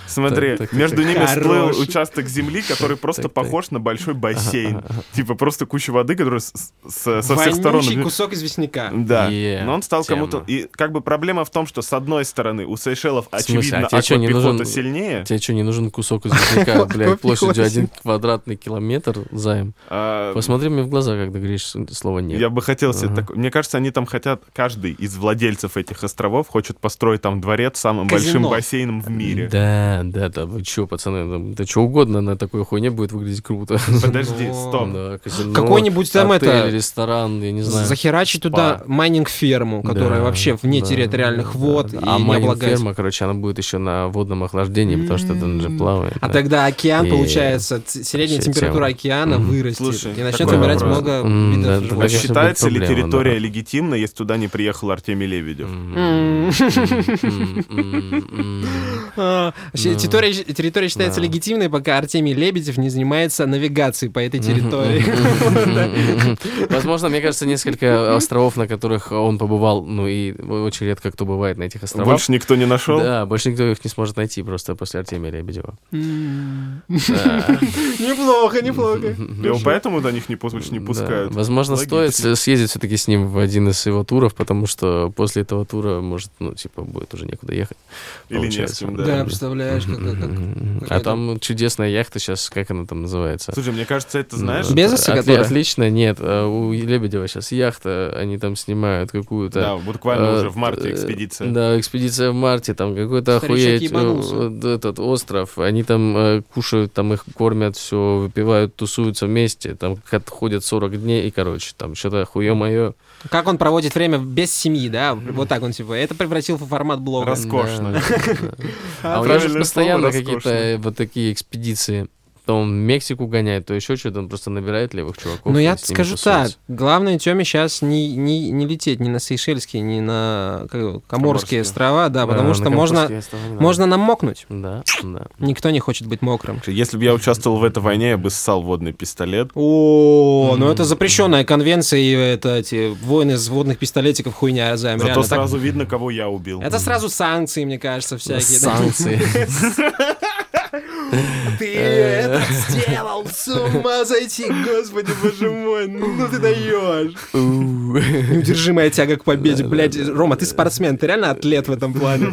Speaker 3: Смотри,
Speaker 2: Так, так, так,
Speaker 3: между ними всплыл
Speaker 1: Хорош.
Speaker 3: участок земли, который просто
Speaker 2: так.
Speaker 3: похож на большой бассейн. Типа просто куча воды, которая с- с- со всех сторон...
Speaker 1: Вонючий кусок известняка.
Speaker 3: Да,
Speaker 2: Е,
Speaker 3: но он стал
Speaker 2: тема.
Speaker 3: кому-то... И как бы проблема в том, что с одной стороны у Сейшелов,
Speaker 2: смысле,
Speaker 3: очевидно,
Speaker 2: а тебе чё, не
Speaker 3: аквапехота
Speaker 2: нужен-
Speaker 3: сильнее,
Speaker 2: Тебе что, не нужен кусок известняка, блядь, площадью один квадратный километр займ?
Speaker 3: а,
Speaker 2: Посмотри мне в глаза, когда говоришь с- слово «нет».
Speaker 3: Я бы хотел себе
Speaker 2: Ага.
Speaker 3: такой- Мне кажется, они там хотят, каждый из владельцев этих островов хочет построить там дворец с самым
Speaker 1: Казино.
Speaker 3: большим бассейном в мире.
Speaker 2: Да, да, да, вы чё, пацаны, там, да что угодно на такой хуйне будет выглядеть круто.
Speaker 3: Подожди,
Speaker 1: Ну,
Speaker 3: стоп.
Speaker 2: Да, казино,
Speaker 1: Какой-нибудь там
Speaker 2: отель,
Speaker 1: это-
Speaker 2: ресторан, я не знаю.
Speaker 1: Захерачить туда майнинг-ферму, которая
Speaker 2: Да,
Speaker 1: вообще вне
Speaker 2: да,
Speaker 1: территориальных
Speaker 2: да,
Speaker 1: вод
Speaker 2: да.
Speaker 1: и
Speaker 2: А
Speaker 1: не
Speaker 2: майнинг
Speaker 1: облагается.
Speaker 2: ферма, короче, она будет еще на водном охлаждении, потому что там же плавает.
Speaker 1: А
Speaker 2: да.
Speaker 1: тогда океан,
Speaker 2: И-
Speaker 1: получается, ц- средняя
Speaker 2: вообще
Speaker 1: температура
Speaker 2: тема.
Speaker 1: океана
Speaker 2: Мгм.
Speaker 1: вырастет.
Speaker 3: Слушай,
Speaker 1: и начнет
Speaker 3: такой
Speaker 1: умирать
Speaker 3: вопрос.
Speaker 1: много
Speaker 2: М, да,
Speaker 1: видов животных.
Speaker 2: конечно,
Speaker 3: Вот
Speaker 2: будет
Speaker 3: считается ли
Speaker 2: проблема,
Speaker 3: территория
Speaker 2: да.
Speaker 3: легитимной, если туда не приехал Артемий Лебедев?
Speaker 2: М, м, м, м, м.
Speaker 1: А, вообще,
Speaker 2: Да.
Speaker 1: Территория, территория считается
Speaker 2: Да.
Speaker 1: легитимной, пока Артемий Лебедев не занимается навигацией по этой территории.
Speaker 2: Возможно, мне кажется, несколько островов, на которых он побывал, ну и очень редко кто бывает на этих островах.
Speaker 3: Больше никто не нашел?
Speaker 2: Да, больше никто их не сможет найти просто после Артемия Лебедева.
Speaker 1: Неплохо, неплохо.
Speaker 3: И он поэтому до них не, пу- не
Speaker 2: Да,
Speaker 3: пускают.
Speaker 2: Возможно, стоит
Speaker 3: Логично.
Speaker 2: с- съездить все-таки с ним в один из его туров, потому что после этого тура, может, ну, типа, будет уже некуда ехать.
Speaker 3: Или не с
Speaker 2: получается.
Speaker 3: кем, да.
Speaker 1: Да, представляешь, как- как... как-
Speaker 2: М-м-м. А
Speaker 1: какая-то-
Speaker 2: там чудесная яхта сейчас, как она там называется?
Speaker 3: Слушай, мне кажется, это знаешь...
Speaker 1: Да. Безоса,
Speaker 2: Отли-
Speaker 1: которая?
Speaker 2: Отлично, нет. а У Лебедева сейчас яхта, они там снимают какую-то...
Speaker 3: Да, буквально
Speaker 2: э,
Speaker 3: уже в марте
Speaker 2: э,
Speaker 3: экспедиция.
Speaker 2: Да, экспедиция в марте, там какой-то
Speaker 1: Старичок
Speaker 2: охуеть э,
Speaker 1: ебанулся.
Speaker 2: вот этот остров. Они там э, кушают, там их кормят, все выпивают, тусуются вместе, там как ходят 40 дней, и, короче, там что-то хуе мое.
Speaker 1: Как он проводит время без семьи, да? Вот так он, типа, это превратил в формат блога.
Speaker 3: Роскошно.
Speaker 2: А у него
Speaker 3: Правильное
Speaker 2: же
Speaker 3: слово,
Speaker 2: постоянно
Speaker 3: роскошно.
Speaker 2: какие-то э, вот такие экспедиции. То он Мексику гоняет, то еще что-то, он просто набирает левых чуваков.
Speaker 1: Ну, я
Speaker 2: и с ними
Speaker 1: скажу так.
Speaker 2: тусуется.
Speaker 1: Главное, Теме сейчас не, не, не лететь ни на Сейшельские, ни на как его, Коморские,
Speaker 3: Коморские.
Speaker 1: острова, да,
Speaker 2: Да,
Speaker 1: потому
Speaker 2: на
Speaker 1: что можно,
Speaker 2: Камчатке оставлено.
Speaker 1: можно намокнуть.
Speaker 2: Да, да.
Speaker 1: Никто не хочет быть мокрым.
Speaker 3: Если бы я участвовал в этой войне, я бы ссал водный пистолет.
Speaker 1: О, ну это запрещенная конвенция, и это эти войны из водных пистолетиков хуйня займ.
Speaker 3: Зато
Speaker 1: реально, ну так-
Speaker 3: сразу видно, кого я убил.
Speaker 1: Это сразу санкции, мне кажется, всякие. да.
Speaker 2: Санкции.
Speaker 1: Ты это сделал, с ума зайти, господи, боже мой, ну, ну ты даешь. Неудержимая тяга к победе, блядь. Рома, ты спортсмен, ты реально атлет в этом плане.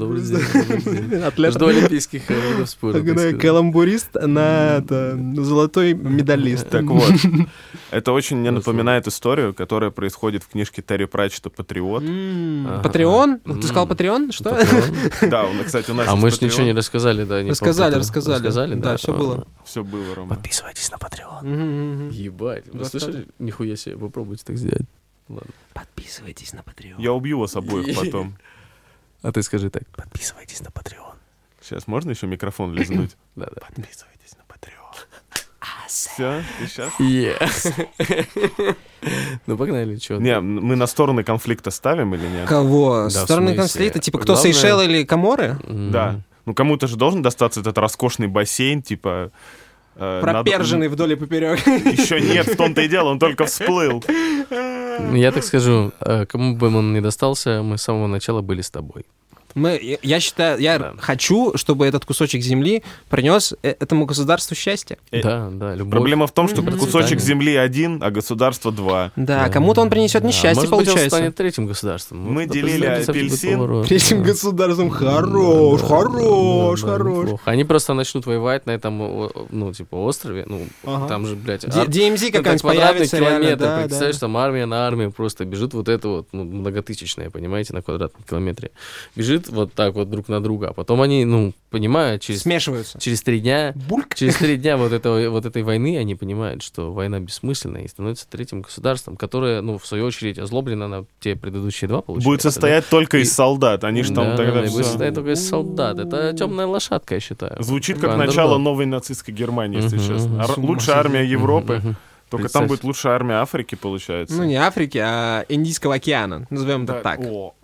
Speaker 2: Добрый день. добрый день.
Speaker 1: Атлет.
Speaker 2: Жду олимпийских э, видов спорта. так сказать.
Speaker 1: Каламбурист на это, золотой медалист.
Speaker 3: Так вот, это очень мне
Speaker 2: Эм. Хорошо.
Speaker 3: напоминает историю, которая происходит в книжке Терри Пратчета «Патриот».
Speaker 2: Ага.
Speaker 1: Патреон? Ну, Ты сказал
Speaker 2: М. Ну,
Speaker 1: Патреон? Что?
Speaker 2: Патреон.
Speaker 3: Да, он, кстати, у нас
Speaker 2: А мы ж ничего не рассказали, да? не
Speaker 1: Рассказали,
Speaker 2: про Патреон.
Speaker 1: рассказали. Да, всё
Speaker 2: А,
Speaker 1: было.
Speaker 3: Все было, Рома.
Speaker 2: Подписывайтесь на Patreon.
Speaker 1: Мгм.
Speaker 2: Ебать, вы
Speaker 1: Достали.
Speaker 2: слышали? Нихуя себе, попробуйте так сделать. Ладно.
Speaker 1: Подписывайтесь на Патреон.
Speaker 3: Я убью вас обоих потом.
Speaker 2: А ты скажи так. Подписывайтесь на Patreon.
Speaker 3: Сейчас можно еще микрофон лизнуть?
Speaker 2: Да, да.
Speaker 3: Подписывайтесь на Патреон. Все, ты сейчас?
Speaker 2: Ну погнали, чё.
Speaker 3: Не, м- мы на стороны конфликта ставим или нет?
Speaker 1: Кого?
Speaker 2: в
Speaker 1: Стороны
Speaker 2: смысле?
Speaker 1: конфликта? Типа кто
Speaker 2: Главное-
Speaker 1: Сейшел или Каморы?
Speaker 2: М.
Speaker 3: Да. Ну кому-то же должен достаться этот роскошный бассейн, типа... э, надо-
Speaker 1: Проперженный вдоль и поперек.
Speaker 3: Еще нет, в том-то и дело, он только всплыл.
Speaker 2: Ну, Я так скажу, э, кому бы он ни достался, мы с самого начала были с тобой.
Speaker 1: Мы, я- я считаю, я
Speaker 2: Да.
Speaker 1: хочу, чтобы этот кусочек земли принес э- этому государству счастье.
Speaker 3: Э,
Speaker 2: Да, да, любовь.
Speaker 3: Проблема в том, что
Speaker 2: Мгм.
Speaker 3: кусочек
Speaker 2: Процветание.
Speaker 3: земли один, а государство два.
Speaker 1: Да, кому-то он принесет
Speaker 2: Ну, Да,
Speaker 1: несчастье,
Speaker 2: может быть, он
Speaker 1: получается.
Speaker 2: станет третьим государством.
Speaker 3: Мы
Speaker 2: да,
Speaker 3: делили
Speaker 2: представитель совсем будет
Speaker 3: апельсин.
Speaker 2: поворот. Да.
Speaker 1: государством
Speaker 2: Да, да, да, да, неплохо. Они просто начнут воевать на этом, о- ну, типа, острове. Ну,
Speaker 1: Ага.
Speaker 2: там же, блядь,
Speaker 1: Д-
Speaker 2: ар-
Speaker 1: DMZ
Speaker 2: это
Speaker 1: эм какая-нибудь
Speaker 2: квадратный
Speaker 1: появится. реально,
Speaker 2: километр.
Speaker 1: да, да.
Speaker 2: Представляешь, там армия на армию просто бежит вот это вот, ну, многотысячное, понимаете, на квадратном километре. Бежит вот так вот друг на друга. А потом они, ну, понимают, через,
Speaker 1: Смешиваются.
Speaker 2: через три дня...
Speaker 1: Бульк.
Speaker 2: Через три дня вот, этого, вот этой войны они понимают, что война бессмысленна и становится третьим государством, которое, ну, в свою очередь, озлоблено на те предыдущие два, получается.
Speaker 3: Будет
Speaker 2: да?
Speaker 3: состоять только
Speaker 2: И-
Speaker 3: из солдат. Они же там
Speaker 2: Да,
Speaker 3: тогда
Speaker 2: да, и
Speaker 3: всё.
Speaker 2: будет состоять только из солдат. Это темная лошадка, я считаю.
Speaker 3: Звучит как
Speaker 2: Андердог.
Speaker 3: начало новой нацистской Германии, если
Speaker 2: Мгм,
Speaker 3: честно.
Speaker 2: мгм.
Speaker 3: Ар-
Speaker 1: С ума
Speaker 3: Лучшая армия Европы.
Speaker 2: Мгм.
Speaker 3: Только
Speaker 2: Представь.
Speaker 3: там будет лучшая армия Африки, получается.
Speaker 1: Ну, не Африки, а Индийского океана. Назовем это
Speaker 3: Да,
Speaker 1: так.
Speaker 3: о.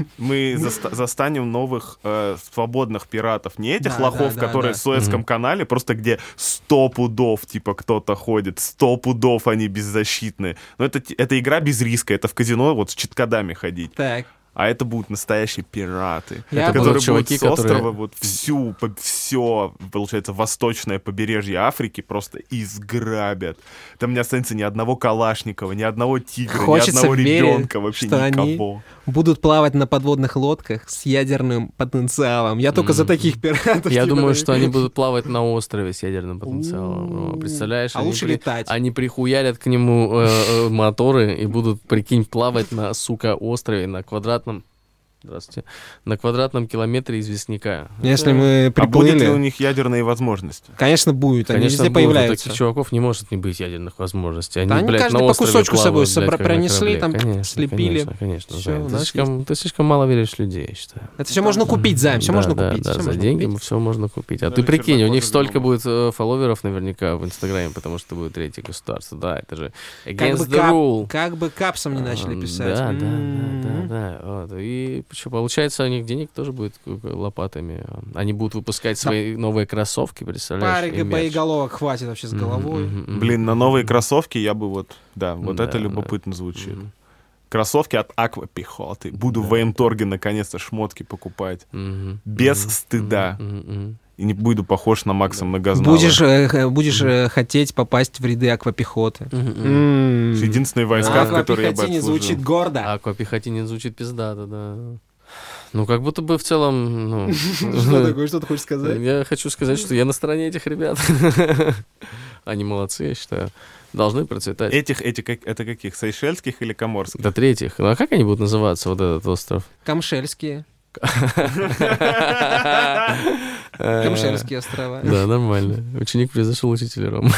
Speaker 3: Мы заста- застанем новых э, свободных пиратов. Не этих
Speaker 1: Да,
Speaker 3: лохов,
Speaker 1: да, да,
Speaker 3: которые
Speaker 1: да.
Speaker 3: в Суэцком канале, просто где сто пудов, типа, кто-то ходит, сто пудов они беззащитные. Но это, т- это игра без риска, это в казино вот с читкодами ходить.
Speaker 1: Так.
Speaker 3: А это будут настоящие пираты,
Speaker 1: Я
Speaker 2: будут
Speaker 3: которые будут
Speaker 2: чуваки,
Speaker 3: с острова
Speaker 2: которые-
Speaker 3: вот всю, все, получается, восточное побережье Африки просто изграбят. Там не останется ни одного Калашникова, ни одного тигра,
Speaker 1: Хочется
Speaker 3: ни одного
Speaker 1: верить,
Speaker 3: ребенка, вообще
Speaker 1: что они-
Speaker 3: никого.
Speaker 1: Будут плавать на подводных лодках с ядерным потенциалом. Я только за
Speaker 2: Мгм.
Speaker 1: таких пиратов.
Speaker 2: Я
Speaker 1: типа,
Speaker 2: думаю,
Speaker 1: да.
Speaker 2: что они будут плавать на острове с ядерным потенциалом. Рома. Представляешь?
Speaker 1: А
Speaker 2: они
Speaker 1: лучше
Speaker 2: при-
Speaker 1: летать.
Speaker 2: Они прихуярят к нему э, э, моторы и будут, прикинь, плавать на, сука, острове на квадратном... Здравствуйте. На квадратном километре известняка.
Speaker 1: Ну, Если мы
Speaker 3: А будет ли у
Speaker 1: приплыли...
Speaker 3: них ядерные возможности?
Speaker 1: Конечно, будет. Они
Speaker 2: Конечно,
Speaker 1: везде
Speaker 2: будут. У
Speaker 1: появляются.
Speaker 2: Таких чуваков не может не быть ядерных возможностей. Они,
Speaker 1: Да они
Speaker 2: блядь,
Speaker 1: каждый
Speaker 2: на
Speaker 1: по
Speaker 2: острове
Speaker 1: кусочку с собой
Speaker 2: плавают, блядь,
Speaker 1: собра-
Speaker 2: как на
Speaker 1: пронесли,
Speaker 2: корабле.
Speaker 1: там
Speaker 2: Конечно,
Speaker 1: слепили.
Speaker 2: Конечно, конечно.
Speaker 1: Всё,
Speaker 2: Зай,
Speaker 1: у
Speaker 2: ты,
Speaker 1: нас
Speaker 2: слишком, ты слишком мало веришь в людей, я считаю.
Speaker 1: Это все можно купить, Займ, все
Speaker 2: Да,
Speaker 1: можно
Speaker 2: да,
Speaker 1: купить.
Speaker 2: Да,
Speaker 1: всё
Speaker 2: за
Speaker 1: можно
Speaker 2: деньги
Speaker 1: купить.
Speaker 2: все можно купить. А
Speaker 3: Даже
Speaker 2: ты прикинь, у
Speaker 3: чернокожих
Speaker 2: них столько
Speaker 3: гномов.
Speaker 2: будет э, фолловеров наверняка в Инстаграме, потому что будет третье государство. Да, это же
Speaker 1: Как бы,
Speaker 2: against the
Speaker 1: кап-
Speaker 2: rule.
Speaker 1: как бы капсом не начали
Speaker 2: А,
Speaker 1: писать. М-м-м.
Speaker 2: Да, да, да,
Speaker 1: М.
Speaker 2: да, да. Вот. И что, получается, у них денег тоже будет э, лопатами. Они будут выпускать свои новые кроссовки, представляешь?
Speaker 1: Пары
Speaker 2: и мерч.
Speaker 1: боеголовок хватит вообще с
Speaker 3: М-м-м.
Speaker 2: Мгм,
Speaker 1: головой.
Speaker 2: мгм, мгм.
Speaker 3: Блин, на новые кроссовки я бы вот... Да, вот
Speaker 2: Да,
Speaker 3: это
Speaker 2: да.
Speaker 3: любопытно звучит.
Speaker 2: Мгм.
Speaker 3: Кроссовки от Аквапехоты. Буду в военторге наконец-то шмотки покупать.
Speaker 2: Мгм.
Speaker 3: Без
Speaker 2: Мгм.
Speaker 3: стыда.
Speaker 2: Мгм, мгм.
Speaker 3: И не буду похож на Макса Многознала.
Speaker 1: Будешь, э, х- будешь
Speaker 3: М-м.
Speaker 1: э, хотеть попасть в ряды аквапехоты.
Speaker 2: Мгм, мгм.
Speaker 1: М.
Speaker 3: Единственные М-м. войска, в которые я бы
Speaker 1: Аквапехоте не М-м. А ну,
Speaker 3: отслужил. А.
Speaker 1: звучит
Speaker 2: А
Speaker 1: гордо.
Speaker 2: Аквапехотинец звучит пиздато, да. Ну, как будто бы в целом, ну...
Speaker 1: что ты хочешь
Speaker 3: М-м.
Speaker 2: Я хочу сказать, что я на стороне этих ребят. Они молодцы, я считаю. Должны процветать.
Speaker 3: Этих, эти, как, это каких? Сейшельских или Коморских?
Speaker 2: До третьих. Ну, а как они будут называться, вот этот остров?
Speaker 1: Камшельские.
Speaker 2: Камшельский.
Speaker 1: Камшельские острова.
Speaker 3: Э.
Speaker 2: Да, нормально. Ученик превзошел учителя, Рома.